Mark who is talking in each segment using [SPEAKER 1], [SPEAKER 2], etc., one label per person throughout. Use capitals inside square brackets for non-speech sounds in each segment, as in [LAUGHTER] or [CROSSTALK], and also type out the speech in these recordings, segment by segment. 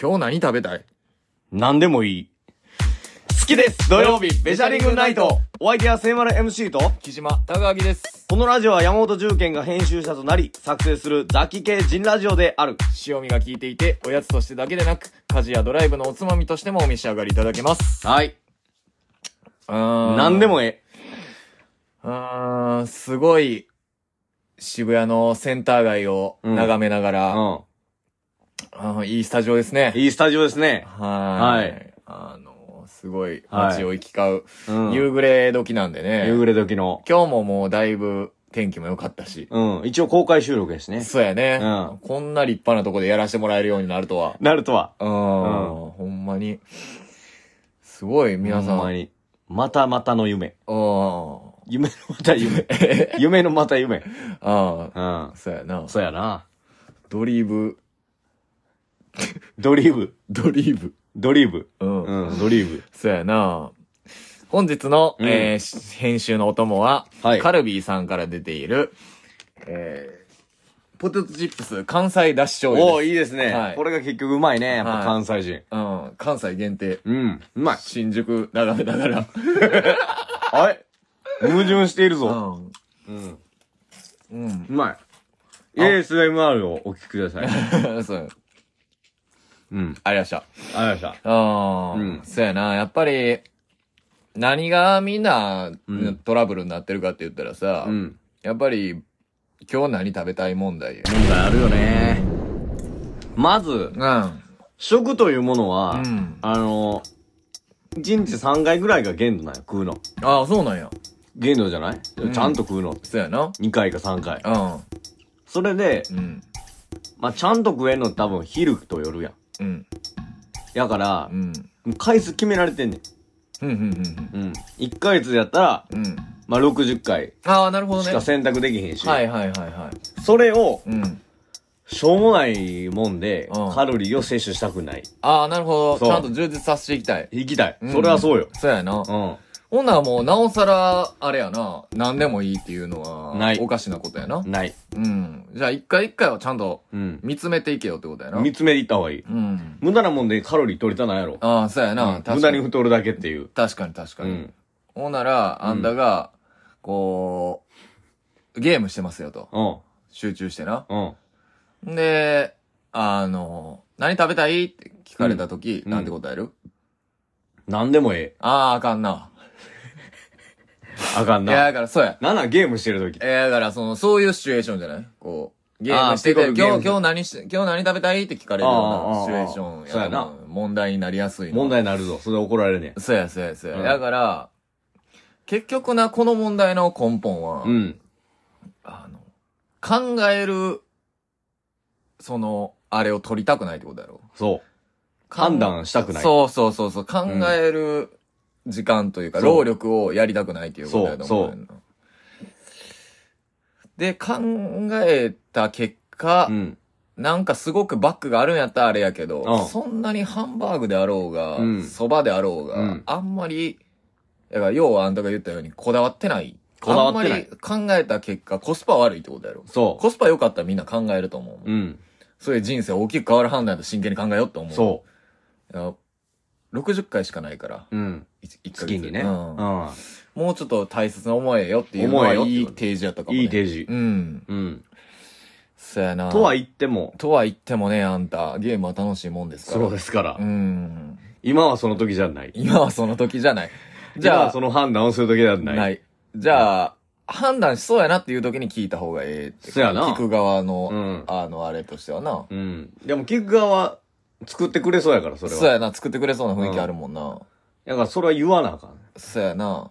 [SPEAKER 1] 今日何食べたい
[SPEAKER 2] 何でもいい。好きです土曜日、ベシャリングナイトお相手は聖丸 MC と、
[SPEAKER 1] 木島高明です。
[SPEAKER 2] このラジオは山本重健が編集者となり、作成する雑記系人ラジオである。
[SPEAKER 1] 塩味が効いていて、おやつとしてだけでなく、家事やドライブのおつまみとしてもお召し上がりいただけます。
[SPEAKER 2] はい。
[SPEAKER 1] うーん
[SPEAKER 2] 何で。もえ
[SPEAKER 1] うーん、すごい、渋谷のセンター街を眺めなが
[SPEAKER 2] え。
[SPEAKER 1] ら、
[SPEAKER 2] うん。
[SPEAKER 1] あーいいスタジオですね。
[SPEAKER 2] いいスタジオですね。
[SPEAKER 1] はーい。
[SPEAKER 2] は
[SPEAKER 1] あの、すごい街を行き交う、
[SPEAKER 2] うん。
[SPEAKER 1] 夕暮れ時なんでね。
[SPEAKER 2] 夕暮れ時の。
[SPEAKER 1] 今日ももうだいぶ天気も良かったし。
[SPEAKER 2] うん。一応公開収録やしね。
[SPEAKER 1] そうやね、
[SPEAKER 2] うん
[SPEAKER 1] こんな立派なとこでやらせてもらえるようになるとは。
[SPEAKER 2] なるとは。
[SPEAKER 1] うん。ほんまに。すごい、皆さん。
[SPEAKER 2] ほまに。またまたの夢。
[SPEAKER 1] う
[SPEAKER 2] 夢のまた [LAUGHS] 夢。夢のまた夢。
[SPEAKER 1] ん。あ
[SPEAKER 2] う
[SPEAKER 1] あ、
[SPEAKER 2] ん。
[SPEAKER 1] そうやな。
[SPEAKER 2] そうやな。
[SPEAKER 1] ドリーブ、
[SPEAKER 2] ドリーブ。
[SPEAKER 1] ドリーブ。
[SPEAKER 2] ドリーブ。
[SPEAKER 1] うん。
[SPEAKER 2] うん、ドリーブ。
[SPEAKER 1] そうやな。本日の、
[SPEAKER 2] うん
[SPEAKER 1] えーし編集のお供は、
[SPEAKER 2] はい
[SPEAKER 1] カルビーさんから出ている、えーポテトチップス関西だし醤油
[SPEAKER 2] お
[SPEAKER 1] で
[SPEAKER 2] お
[SPEAKER 1] す。
[SPEAKER 2] いいですね、
[SPEAKER 1] はい
[SPEAKER 2] これが結局うまいね。やっ
[SPEAKER 1] は
[SPEAKER 2] ぱ
[SPEAKER 1] い
[SPEAKER 2] 関西人。
[SPEAKER 1] うん、関西限定。
[SPEAKER 2] うん。うまい。
[SPEAKER 1] 新宿眺めながら。
[SPEAKER 2] あれ矛盾しているぞ。
[SPEAKER 1] ん。
[SPEAKER 2] うん。
[SPEAKER 1] うん。
[SPEAKER 2] うまい。ASMR をお聞きくださ
[SPEAKER 1] [LAUGHS]
[SPEAKER 2] い。
[SPEAKER 1] そう。
[SPEAKER 2] うん。
[SPEAKER 1] ありました。
[SPEAKER 2] ありがとうございました。
[SPEAKER 1] ああ、
[SPEAKER 2] うん
[SPEAKER 1] そうやな。やっぱり、何がみんな
[SPEAKER 2] うん
[SPEAKER 1] トラブルになってるかって言ったらさ、
[SPEAKER 2] うん。
[SPEAKER 1] やっぱり、今日何食べたい問題や。
[SPEAKER 2] 問題あるよね。まず、
[SPEAKER 1] うん。
[SPEAKER 2] 食というもの
[SPEAKER 1] う
[SPEAKER 2] は、
[SPEAKER 1] ん
[SPEAKER 2] あの、1日3回ぐらいが限度なんよ、食うの。
[SPEAKER 1] ああ、そうなんや。
[SPEAKER 2] 限度じゃない、
[SPEAKER 1] うん
[SPEAKER 2] ちゃんと食うの。
[SPEAKER 1] そうやな。
[SPEAKER 2] 2回か3回。
[SPEAKER 1] う
[SPEAKER 2] それで、
[SPEAKER 1] ん。うん。
[SPEAKER 2] まあ、ちゃんと食えんの多分昼と夜やん。
[SPEAKER 1] うん。
[SPEAKER 2] やから
[SPEAKER 1] う、ん。
[SPEAKER 2] もう回数決められてんねん。
[SPEAKER 1] うん。うん。
[SPEAKER 2] うん。1ヶ月やったら、
[SPEAKER 1] うん。うん。
[SPEAKER 2] まあ、60回
[SPEAKER 1] ああ、なるほど
[SPEAKER 2] し
[SPEAKER 1] ね。
[SPEAKER 2] か
[SPEAKER 1] は
[SPEAKER 2] 選択できへんし、
[SPEAKER 1] いはいはいは
[SPEAKER 2] それを、
[SPEAKER 1] い。うん。
[SPEAKER 2] しょうもないもんで
[SPEAKER 1] うん、
[SPEAKER 2] カロリーを摂取したくない。
[SPEAKER 1] ああ、なるほど。
[SPEAKER 2] そう
[SPEAKER 1] ちゃんと充実させていきたい。
[SPEAKER 2] 行きたい。
[SPEAKER 1] うん
[SPEAKER 2] それはそうよ。
[SPEAKER 1] そうやな。
[SPEAKER 2] う
[SPEAKER 1] ほんならもう、なおさら、あれやな。何でもいいっていうのは、
[SPEAKER 2] ない
[SPEAKER 1] おかしなことやな。
[SPEAKER 2] ん。ない。
[SPEAKER 1] うん。じゃあ、一回一回はちゃんと
[SPEAKER 2] うん。
[SPEAKER 1] 見つめていけよってことやな。
[SPEAKER 2] 見つめていった方がいい。
[SPEAKER 1] うん。
[SPEAKER 2] 無駄なもんでカロリー取りたないやろ。
[SPEAKER 1] ああ、そうやな。
[SPEAKER 2] うん無
[SPEAKER 1] 確
[SPEAKER 2] 駄
[SPEAKER 1] か
[SPEAKER 2] に
[SPEAKER 1] に。
[SPEAKER 2] 太るだけっていう。
[SPEAKER 1] 確かに確か
[SPEAKER 2] う
[SPEAKER 1] に。
[SPEAKER 2] ん。
[SPEAKER 1] ほんなら、あんたが、こう、ゲームしてますよと。
[SPEAKER 2] うん。
[SPEAKER 1] 集中してな。
[SPEAKER 2] うん。
[SPEAKER 1] んで、あの、何食べたいって聞かれたとき、
[SPEAKER 2] うん
[SPEAKER 1] なんて答える
[SPEAKER 2] なんでもええ。
[SPEAKER 1] ああ、あかんな。
[SPEAKER 2] あかん
[SPEAKER 1] いや、
[SPEAKER 2] な。
[SPEAKER 1] だから、そうや。
[SPEAKER 2] なんなんゲームしてるとき
[SPEAKER 1] い。や、だから、その、そういうシチュエーションじゃないこう、ゲームして
[SPEAKER 2] あ
[SPEAKER 1] て、
[SPEAKER 2] ーピ
[SPEAKER 1] 今
[SPEAKER 2] コルゲーム
[SPEAKER 1] 日、今日何し、今日何食べたいって聞かれるよう
[SPEAKER 2] あーあー
[SPEAKER 1] な
[SPEAKER 2] あー
[SPEAKER 1] シチュエーション
[SPEAKER 2] そうやな
[SPEAKER 1] と思う問題になりやすいの
[SPEAKER 2] 問題になるぞ。それ怒られるねん。
[SPEAKER 1] そうや、そうや、そうや。
[SPEAKER 2] うん
[SPEAKER 1] だから、結局な、この問題の根本は、
[SPEAKER 2] うん。
[SPEAKER 1] あの、考える、その、あれを取りたくないってことだろ。
[SPEAKER 2] そう。判断したくない。
[SPEAKER 1] そうそうそうそう、考える時間というか、
[SPEAKER 2] そう
[SPEAKER 1] 労力をやりたくないっていうことだと思う
[SPEAKER 2] そう
[SPEAKER 1] ねんな。で、考えた結果、
[SPEAKER 2] うん。
[SPEAKER 1] なんかすごくバックがあるんやったらあれやけど、
[SPEAKER 2] うん
[SPEAKER 1] そんなにハンバーグであろうが、
[SPEAKER 2] うん
[SPEAKER 1] そばであろうが、
[SPEAKER 2] うん
[SPEAKER 1] あんまり、だから要はあんたが言ったようにこだわってない。
[SPEAKER 2] こだわってない
[SPEAKER 1] あんまり考えた結果、コスパ悪いってことやろ。
[SPEAKER 2] そ
[SPEAKER 1] コスパ良かったらみんな考えると思う。
[SPEAKER 2] う。うん。
[SPEAKER 1] そういう人生大きく変わる判断と真剣に考えようって思う。。
[SPEAKER 2] そう
[SPEAKER 1] 60回しかないから、
[SPEAKER 2] う。うん。
[SPEAKER 1] 1ヶ月。
[SPEAKER 2] 月にね。
[SPEAKER 1] う
[SPEAKER 2] うんん。
[SPEAKER 1] もうちょっと大切な思えよっていうの
[SPEAKER 2] 思
[SPEAKER 1] は
[SPEAKER 2] えよって
[SPEAKER 1] い
[SPEAKER 2] いう
[SPEAKER 1] い提示やったかも、ね。
[SPEAKER 2] いい提示。
[SPEAKER 1] うん。
[SPEAKER 2] うん。
[SPEAKER 1] そやな。
[SPEAKER 2] とは
[SPEAKER 1] 言
[SPEAKER 2] 言っても、
[SPEAKER 1] とは言ってもね、あんた、ゲームは楽しいもんですから。
[SPEAKER 2] そうですから
[SPEAKER 1] う、ん。
[SPEAKER 2] 今はその時じゃない。
[SPEAKER 1] 今はその時じゃない。じ
[SPEAKER 2] じ
[SPEAKER 1] ゃ
[SPEAKER 2] ゃ
[SPEAKER 1] あ
[SPEAKER 2] あ、、その判断をする時じゃ
[SPEAKER 1] な
[SPEAKER 2] ないい。
[SPEAKER 1] じゃあ、判断しそうやなっていう時に聞いた方がええって。
[SPEAKER 2] そやな
[SPEAKER 1] 聞く側の、
[SPEAKER 2] うん。
[SPEAKER 1] あの、あれとしてはな。
[SPEAKER 2] うん。でも、キック側は作ってくれそうやから、それは。
[SPEAKER 1] そうやな、作ってくれそうな雰囲気あるもんな。
[SPEAKER 2] だから、それは言わなあかん。
[SPEAKER 1] そうやな。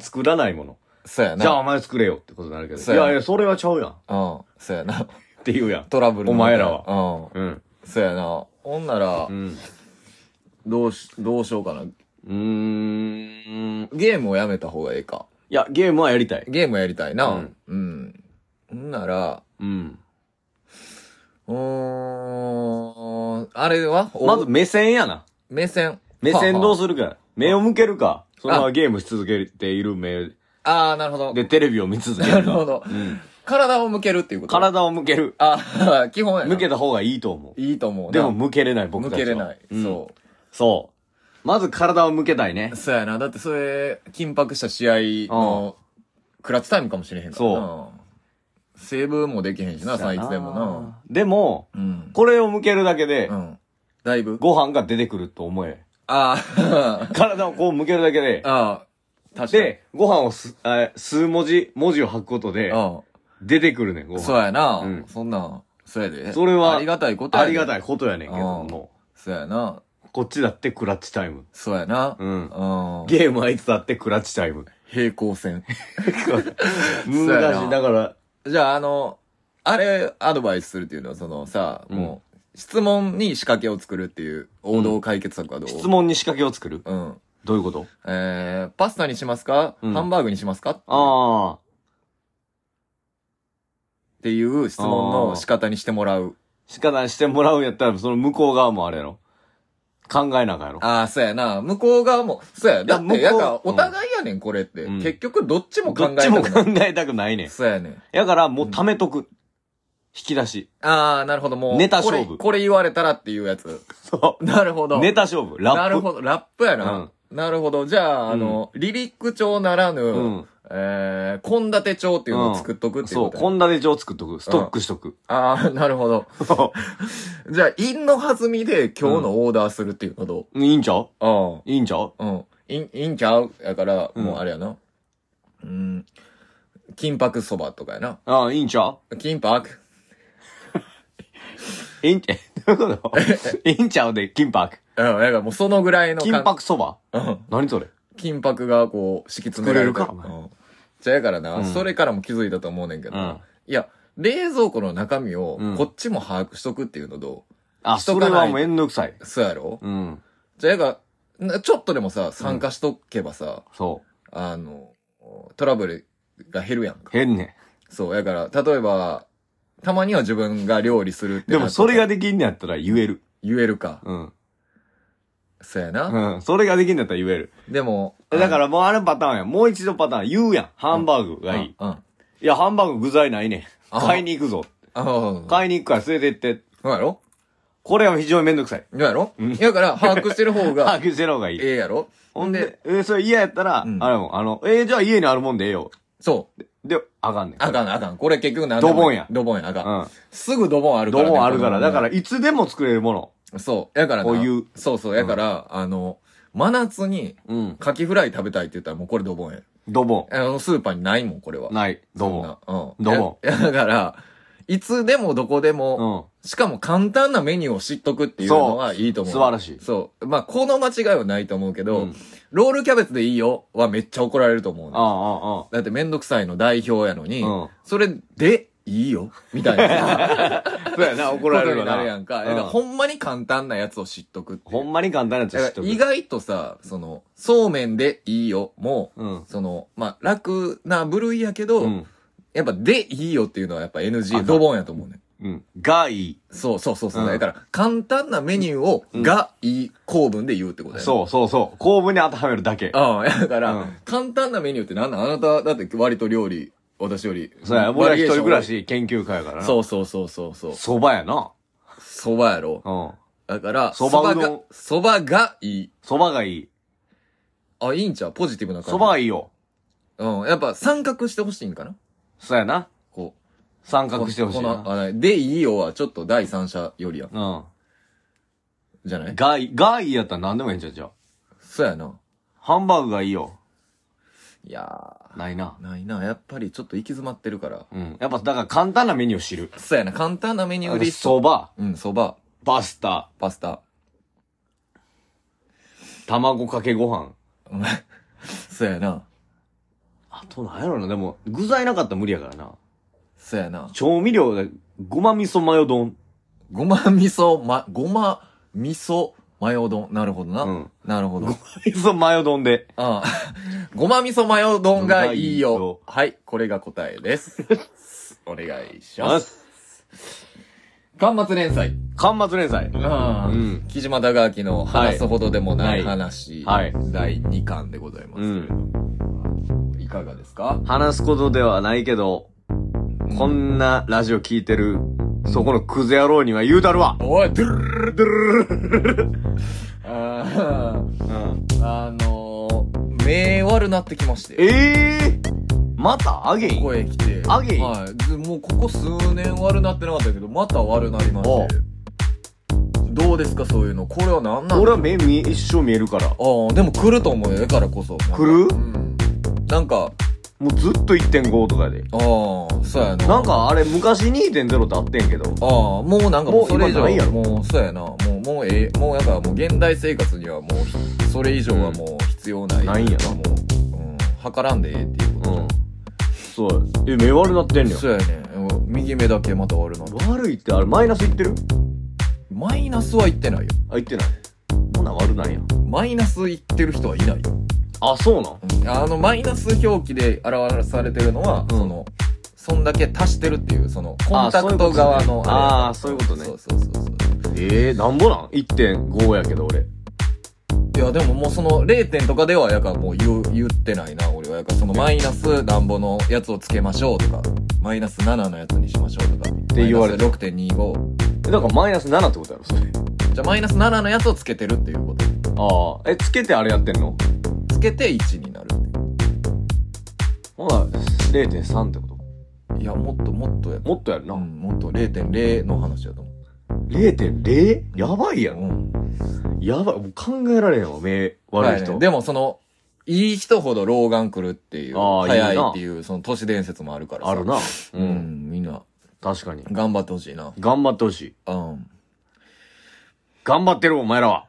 [SPEAKER 2] 作らないもの。
[SPEAKER 1] そうやな。
[SPEAKER 2] じゃあ、お前作れよってことになるけ
[SPEAKER 1] そ
[SPEAKER 2] ど。
[SPEAKER 1] う
[SPEAKER 2] い
[SPEAKER 1] や
[SPEAKER 2] やいや、それはちゃうやん。っ
[SPEAKER 1] うん。そうやな。
[SPEAKER 2] て言うやん。
[SPEAKER 1] トラブルの
[SPEAKER 2] お前らは
[SPEAKER 1] う
[SPEAKER 2] うん。
[SPEAKER 1] ん。そうやな。ほんなら
[SPEAKER 2] う、ん。
[SPEAKER 1] どうし、どうしようかな。
[SPEAKER 2] うーん。い
[SPEAKER 1] ゲームをやめた方がええか。
[SPEAKER 2] や、ゲームはやりたい。
[SPEAKER 1] ゲームやりたいな。う
[SPEAKER 2] うんん。
[SPEAKER 1] ほんなら、
[SPEAKER 2] うん。
[SPEAKER 1] うーん、あれはお
[SPEAKER 2] まず、目線やな。
[SPEAKER 1] 目線。
[SPEAKER 2] 目線どう
[SPEAKER 1] す
[SPEAKER 2] するか。目を向けるか。そのままゲームし続けている目
[SPEAKER 1] ああ、なるほど。
[SPEAKER 2] でテレビを見続けるか。
[SPEAKER 1] なるほど
[SPEAKER 2] うん。
[SPEAKER 1] 体を向けるっていうこと。
[SPEAKER 2] 体を向ける。
[SPEAKER 1] あ、 [LAUGHS] 基本やな
[SPEAKER 2] 向けた方がいいと思う。
[SPEAKER 1] いいと思うな。
[SPEAKER 2] でも向けれない、僕
[SPEAKER 1] 向
[SPEAKER 2] たちは。
[SPEAKER 1] けれない。
[SPEAKER 2] うん
[SPEAKER 1] そ
[SPEAKER 2] そう。まず体を向けたいね
[SPEAKER 1] う。。そうやな。だってそれ、緊迫した試合の、クラッチタイムかもしれへんからな。セーブもできへんしな、さいつでもな。。
[SPEAKER 2] でも、
[SPEAKER 1] うん。
[SPEAKER 2] これを向けるだけで
[SPEAKER 1] う、ん。だいぶ。
[SPEAKER 2] ご飯が出てくると思え。 [LAUGHS]
[SPEAKER 1] ああ、、
[SPEAKER 2] 体をこう向けるだけで
[SPEAKER 1] [LAUGHS] ああ、確かに。
[SPEAKER 2] で、ご飯をす、あ数文字、文字を吐くことで、
[SPEAKER 1] あ
[SPEAKER 2] 出てくるねん、ご
[SPEAKER 1] あ、
[SPEAKER 2] 飯。
[SPEAKER 1] そうやな。
[SPEAKER 2] うん
[SPEAKER 1] そんなん、そうやで。
[SPEAKER 2] それは
[SPEAKER 1] ありがたいことや
[SPEAKER 2] あ
[SPEAKER 1] で
[SPEAKER 2] りがたいことやねんけど
[SPEAKER 1] うん
[SPEAKER 2] も、
[SPEAKER 1] そうやな。
[SPEAKER 2] こっちだってクラッチタイム。
[SPEAKER 1] そうやな。
[SPEAKER 2] うん。
[SPEAKER 1] うん。
[SPEAKER 2] ゲームはいつだってクラッチタイム。
[SPEAKER 1] 平行線。そうや
[SPEAKER 2] 難し。
[SPEAKER 1] ない
[SPEAKER 2] だから、
[SPEAKER 1] じゃあ、あの、あれ、アドバイスするっていうのは、そのさ、
[SPEAKER 2] うん
[SPEAKER 1] もう、質問に仕掛けを作るっていう王道解決策はどう、
[SPEAKER 2] 質問に仕掛けを作る
[SPEAKER 1] うん。
[SPEAKER 2] どういうこと
[SPEAKER 1] えー、パスタにしますか、
[SPEAKER 2] うん
[SPEAKER 1] ハンバーグにしますかっ
[SPEAKER 2] ああ。
[SPEAKER 1] ていう質問の仕方にしてもらう。
[SPEAKER 2] 仕方してもらうんやったら、その向こう側もあれやろ。考えなあかんやろ。
[SPEAKER 1] ああ、そうやな。向こう側も、そうや。だっ
[SPEAKER 2] 向こ
[SPEAKER 1] て、
[SPEAKER 2] う
[SPEAKER 1] やから、お互いやねん、これって。
[SPEAKER 2] うん
[SPEAKER 1] 結局、どっちも考
[SPEAKER 2] ど
[SPEAKER 1] え
[SPEAKER 2] ったち
[SPEAKER 1] く
[SPEAKER 2] も
[SPEAKER 1] な
[SPEAKER 2] 考
[SPEAKER 1] い。
[SPEAKER 2] えたくないねん。
[SPEAKER 1] そうやねん。
[SPEAKER 2] やから、もう貯めとく。引き出し。
[SPEAKER 1] ああ、なるほど、もう。
[SPEAKER 2] ネタ勝負
[SPEAKER 1] これ、これ言われたらっていうやつ。 [LAUGHS]
[SPEAKER 2] そ
[SPEAKER 1] なるほど。
[SPEAKER 2] う。ネタ勝負。ラップ。
[SPEAKER 1] なるほど、ラップやな。なるほど。じゃあ、あの、リリック調ならぬ、
[SPEAKER 2] うん
[SPEAKER 1] えー、献立調っていうのを作っとくっていう
[SPEAKER 2] そ
[SPEAKER 1] こ
[SPEAKER 2] う。
[SPEAKER 1] とや、
[SPEAKER 2] こんなで上作っとく。ストックしとく。
[SPEAKER 1] ああ、なるほ
[SPEAKER 2] [LAUGHS]
[SPEAKER 1] ど。じゃあ、陰の弾みで今日のオーダーするっていうのどう
[SPEAKER 2] いいんちゃう
[SPEAKER 1] あ
[SPEAKER 2] いいんちゃう
[SPEAKER 1] あ、うん。いん、いんちゃうやから、
[SPEAKER 2] うん
[SPEAKER 1] もうあれやな。うん。金箔そばとかやな。
[SPEAKER 2] ああ、いいんちゃ
[SPEAKER 1] 金箔
[SPEAKER 2] ういいん
[SPEAKER 1] [LAUGHS]
[SPEAKER 2] ちゃうどういうこといいんちゃうで、金箔。
[SPEAKER 1] うん、やからもうそのぐらいの
[SPEAKER 2] 金箔そば
[SPEAKER 1] うん。
[SPEAKER 2] 何それ
[SPEAKER 1] 金箔がこう、敷き詰められて
[SPEAKER 2] 作れるか
[SPEAKER 1] うんじゃあやからな、
[SPEAKER 2] うん
[SPEAKER 1] それからも気づいたと思うねんけど、
[SPEAKER 2] うん
[SPEAKER 1] いや、冷蔵庫の中身を
[SPEAKER 2] うん
[SPEAKER 1] こっちも把握しとくっていうのど
[SPEAKER 2] あ、
[SPEAKER 1] しと
[SPEAKER 2] そ
[SPEAKER 1] かない
[SPEAKER 2] れはもうめんどくさい。
[SPEAKER 1] うそうやろ
[SPEAKER 2] うん。
[SPEAKER 1] じゃあやから、なちょっとでもさ、参加しとけばさ、
[SPEAKER 2] そ
[SPEAKER 1] あの、トラブルが減るやん
[SPEAKER 2] う。
[SPEAKER 1] か。
[SPEAKER 2] 変ね
[SPEAKER 1] そう、やから、例えば、たまには自分が料理するって
[SPEAKER 2] ん。
[SPEAKER 1] なった
[SPEAKER 2] で
[SPEAKER 1] ら
[SPEAKER 2] もそれができんのやったら言える。
[SPEAKER 1] 言えるか。
[SPEAKER 2] うん。
[SPEAKER 1] そうやな。
[SPEAKER 2] うん。それができんのやったら言える。
[SPEAKER 1] でも、、
[SPEAKER 2] えだかららもうあれパターンや。もう一度パターン。言うやん。ハンバーグがいい。
[SPEAKER 1] うん。うん。
[SPEAKER 2] いや、ハンバーグ具材ないねん。
[SPEAKER 1] あ
[SPEAKER 2] 買いに行くぞ。
[SPEAKER 1] ああ、
[SPEAKER 2] 買いに行くから連れてって。
[SPEAKER 1] そうやろ
[SPEAKER 2] これは非常にめんどくさい。
[SPEAKER 1] そうやろ、やから、把握してる
[SPEAKER 2] [LAUGHS]
[SPEAKER 1] 方が
[SPEAKER 2] 把、握してる方がいい。
[SPEAKER 1] ええやろ
[SPEAKER 2] ほ
[SPEAKER 1] ほ
[SPEAKER 2] ん
[SPEAKER 1] んで、
[SPEAKER 2] で、えーそれ嫌やったら、
[SPEAKER 1] うん
[SPEAKER 2] あれも、あの、えーじゃあ家にあるもんでええよ。
[SPEAKER 1] そう。
[SPEAKER 2] で、あかんねん。
[SPEAKER 1] あかん、あかん。これ結局何でも
[SPEAKER 2] ドボンや
[SPEAKER 1] ドボンや、あかん。
[SPEAKER 2] うん。
[SPEAKER 1] すぐドボンあるか
[SPEAKER 2] ど
[SPEAKER 1] ら
[SPEAKER 2] う
[SPEAKER 1] ね、
[SPEAKER 2] もあるから、
[SPEAKER 1] この
[SPEAKER 2] だ
[SPEAKER 1] 問題
[SPEAKER 2] から、いつでも作れるもの。
[SPEAKER 1] そう。やからな。
[SPEAKER 2] こういう
[SPEAKER 1] そうそう。やから、あの、真夏に、
[SPEAKER 2] うん。
[SPEAKER 1] カキフライ食べたいって言ったらもうこれドボンや。
[SPEAKER 2] ドボ
[SPEAKER 1] あの、スーパーにないもん、これは。
[SPEAKER 2] ン。ない。ドボ
[SPEAKER 1] そん
[SPEAKER 2] ン。
[SPEAKER 1] なうん。
[SPEAKER 2] ドボ
[SPEAKER 1] ン。だから、いつでもどこでも、
[SPEAKER 2] う
[SPEAKER 1] しかも簡単なメニューを知っとくっていうのはいいと
[SPEAKER 2] ん。
[SPEAKER 1] 思う。
[SPEAKER 2] 素晴らしい。
[SPEAKER 1] そう。まあ、この間違いはないと思うけど、
[SPEAKER 2] うん
[SPEAKER 1] ロールキャベツでいいよはめっちゃ怒られると思う
[SPEAKER 2] あ
[SPEAKER 1] の。
[SPEAKER 2] あ、あ
[SPEAKER 1] だってめんどくさいの代表やのに、
[SPEAKER 2] うん
[SPEAKER 1] それでいいよみたいな。
[SPEAKER 2] あ。そうやな、 [LAUGHS] 怒られ
[SPEAKER 1] こ
[SPEAKER 2] るよ
[SPEAKER 1] とに
[SPEAKER 2] な。
[SPEAKER 1] なるやんか。
[SPEAKER 2] う
[SPEAKER 1] だからほんまに簡単なやつを知っとくっていう
[SPEAKER 2] ほんまに簡単なやつ知
[SPEAKER 1] だ
[SPEAKER 2] っ
[SPEAKER 1] か
[SPEAKER 2] と
[SPEAKER 1] ら
[SPEAKER 2] く。
[SPEAKER 1] 意外とさ、その、そうめんでいいよも、
[SPEAKER 2] うん。
[SPEAKER 1] その、まあ、楽な部類やけど、
[SPEAKER 2] うん。
[SPEAKER 1] やっぱでいいよっていうのはやっぱ
[SPEAKER 2] あか
[SPEAKER 1] NG、
[SPEAKER 2] ん
[SPEAKER 1] ドボンやと思うね。
[SPEAKER 2] うん。がいい。
[SPEAKER 1] そうそうそうそう。
[SPEAKER 2] うん
[SPEAKER 1] だから、簡単なメニューを
[SPEAKER 2] うん
[SPEAKER 1] がいい構文で言うってことやね。う。
[SPEAKER 2] そうそうそう。公文に当てはめるだけ。
[SPEAKER 1] ああ、だから、
[SPEAKER 2] うん
[SPEAKER 1] 簡単なメニューってなんなんあなた、だって割と料理、私より。
[SPEAKER 2] そうや、俺は一人暮らし研究家やからな。
[SPEAKER 1] そうそうそうそうそう。
[SPEAKER 2] そばやな。
[SPEAKER 1] そばやろ。
[SPEAKER 2] うん。
[SPEAKER 1] だから、
[SPEAKER 2] そばうどん
[SPEAKER 1] が、そばがいい。
[SPEAKER 2] そばがいい。
[SPEAKER 1] あ、いいんちゃうポジティブな感じ。
[SPEAKER 2] そばがいいよ。
[SPEAKER 1] うん。やっぱ三角してほしいんかな
[SPEAKER 2] そうやな。
[SPEAKER 1] こう。
[SPEAKER 2] 参画してほしい
[SPEAKER 1] この
[SPEAKER 2] な。
[SPEAKER 1] あで、いいよはちょっと第三者よりやん。
[SPEAKER 2] うん。
[SPEAKER 1] じゃない
[SPEAKER 2] がいい、がいいやったら何でもいいんちゃうじゃあ。
[SPEAKER 1] そうやな。
[SPEAKER 2] ハンバーグがいいよ。
[SPEAKER 1] いや
[SPEAKER 2] ないな
[SPEAKER 1] ー、。ないな。やっぱりちょっと行き詰まってるから。
[SPEAKER 2] うん。やっぱ、だから簡単なメニューを知る。
[SPEAKER 1] そうやな。簡単なメニューリスト。
[SPEAKER 2] そば、
[SPEAKER 1] うん、そば、
[SPEAKER 2] パスタ、
[SPEAKER 1] パスタ。 [LAUGHS]
[SPEAKER 2] 卵かけご飯。
[SPEAKER 1] お前そうやな。
[SPEAKER 2] あとなんやろな。でも、具材なかったら無理やからな。
[SPEAKER 1] そうやな。
[SPEAKER 2] 調味料で、ごま味噌マヨ丼。 [LAUGHS]
[SPEAKER 1] ごま味噌、ま、ごま味噌マヨ丼。なるほどな。
[SPEAKER 2] うん
[SPEAKER 1] なるほど。
[SPEAKER 2] 味噌マヨ丼で。
[SPEAKER 1] あ [LAUGHS] あ。ごま味噌マヨ丼がいい
[SPEAKER 2] がいいよ
[SPEAKER 1] よ。はい。これが答えです。 [LAUGHS] お願いし
[SPEAKER 2] ま
[SPEAKER 1] ますす。巻末連載。
[SPEAKER 2] 間末連載。
[SPEAKER 1] ああ
[SPEAKER 2] うん
[SPEAKER 1] 木島高明の話すほどでもない
[SPEAKER 2] はい
[SPEAKER 1] 話、
[SPEAKER 2] はい
[SPEAKER 1] 第2巻でございますけれども、いかがですか
[SPEAKER 2] 話すことではないけど、こんなラジオ聞いてる、そこのクズ野郎には言うたるわ。
[SPEAKER 1] おい、ドゥルルルドゥルルルルルルあ
[SPEAKER 2] うん。
[SPEAKER 1] ーあのー、目悪なってきまして。
[SPEAKER 2] ええー、またアゲイン
[SPEAKER 1] 声来て。
[SPEAKER 2] アゲイ
[SPEAKER 1] はい。でもうここ数年悪なってなかったけど、また悪なりまして。どうですか、そういうの。これは何なん
[SPEAKER 2] 俺
[SPEAKER 1] だ
[SPEAKER 2] は目見、一生見えるから。
[SPEAKER 1] ああ、でも来ると思うよ、だからこそ。
[SPEAKER 2] 来る
[SPEAKER 1] うん。なんか、
[SPEAKER 2] もうずっと1.5とかやで。
[SPEAKER 1] ああ、そうやな。
[SPEAKER 2] なんかあれ昔2.0ってあってんけど。
[SPEAKER 1] ああ、もうなんかも
[SPEAKER 2] も
[SPEAKER 1] う
[SPEAKER 2] う
[SPEAKER 1] それ以
[SPEAKER 2] 今ないや
[SPEAKER 1] 上、
[SPEAKER 2] ろ
[SPEAKER 1] もうそうやな。もう、もうええ、もうやっぱもう現代生活にはもうひ、それ以上はもう必要ない。
[SPEAKER 2] ないんやな
[SPEAKER 1] もう、うん、測らんでええっていうことじゃん。
[SPEAKER 2] そう。え、目悪なってんねん。
[SPEAKER 1] そうやね。うん右目だけまた悪なる。
[SPEAKER 2] 悪いってあれマイナスいってる
[SPEAKER 1] マイナスは言ってないよ。
[SPEAKER 2] あ、いってない。ほな悪ないや。
[SPEAKER 1] マイナス言ってる人はいないよ。
[SPEAKER 2] あ、そうなん
[SPEAKER 1] うんあの、マイナス表記で表されてるのは、
[SPEAKER 2] うん
[SPEAKER 1] その、そんだけ足してるっていう、その、コン
[SPEAKER 2] あ
[SPEAKER 1] タ
[SPEAKER 2] そう
[SPEAKER 1] ク
[SPEAKER 2] いうこ
[SPEAKER 1] ト
[SPEAKER 2] とね
[SPEAKER 1] 側の
[SPEAKER 2] あーそういうことね
[SPEAKER 1] そうそうそうそう。
[SPEAKER 2] ええなんぼなん ?1.5 やけど俺。
[SPEAKER 1] いや、でももうその0点とかでは、やかもう言う、言ってないな、俺は。やかそのマイナスなんぼのやつをつけましょうとか、マイナス7のやつにしましょうとか。って
[SPEAKER 2] 言われて
[SPEAKER 1] 6.25。
[SPEAKER 2] えなんかマイナス7ってことやろそれ。
[SPEAKER 1] じゃあマイナス7のやつをつけてるっていうこと。
[SPEAKER 2] ああ。え、つけてあれやってんの
[SPEAKER 1] つけて1になるってい
[SPEAKER 2] ほな、0.3ってこと
[SPEAKER 1] う。いや、もっともっとや
[SPEAKER 2] もっとやるな。
[SPEAKER 1] うん、もっと0.0の話やと思う。
[SPEAKER 2] 0.0? やばいやん。
[SPEAKER 1] うん。
[SPEAKER 2] やばい。もう考えられへんわ、目悪い人。
[SPEAKER 1] はいでもその、いい人ほど老眼来るっていう、
[SPEAKER 2] あー
[SPEAKER 1] 早
[SPEAKER 2] いい
[SPEAKER 1] い
[SPEAKER 2] な
[SPEAKER 1] っていう、その都市伝説もあるからさ。
[SPEAKER 2] ある。な。
[SPEAKER 1] う。ん、みんな、
[SPEAKER 2] 確かに。
[SPEAKER 1] 頑張ってほしいな。
[SPEAKER 2] 頑張ってほしい。
[SPEAKER 1] うん。
[SPEAKER 2] 頑張ってる、お前らは。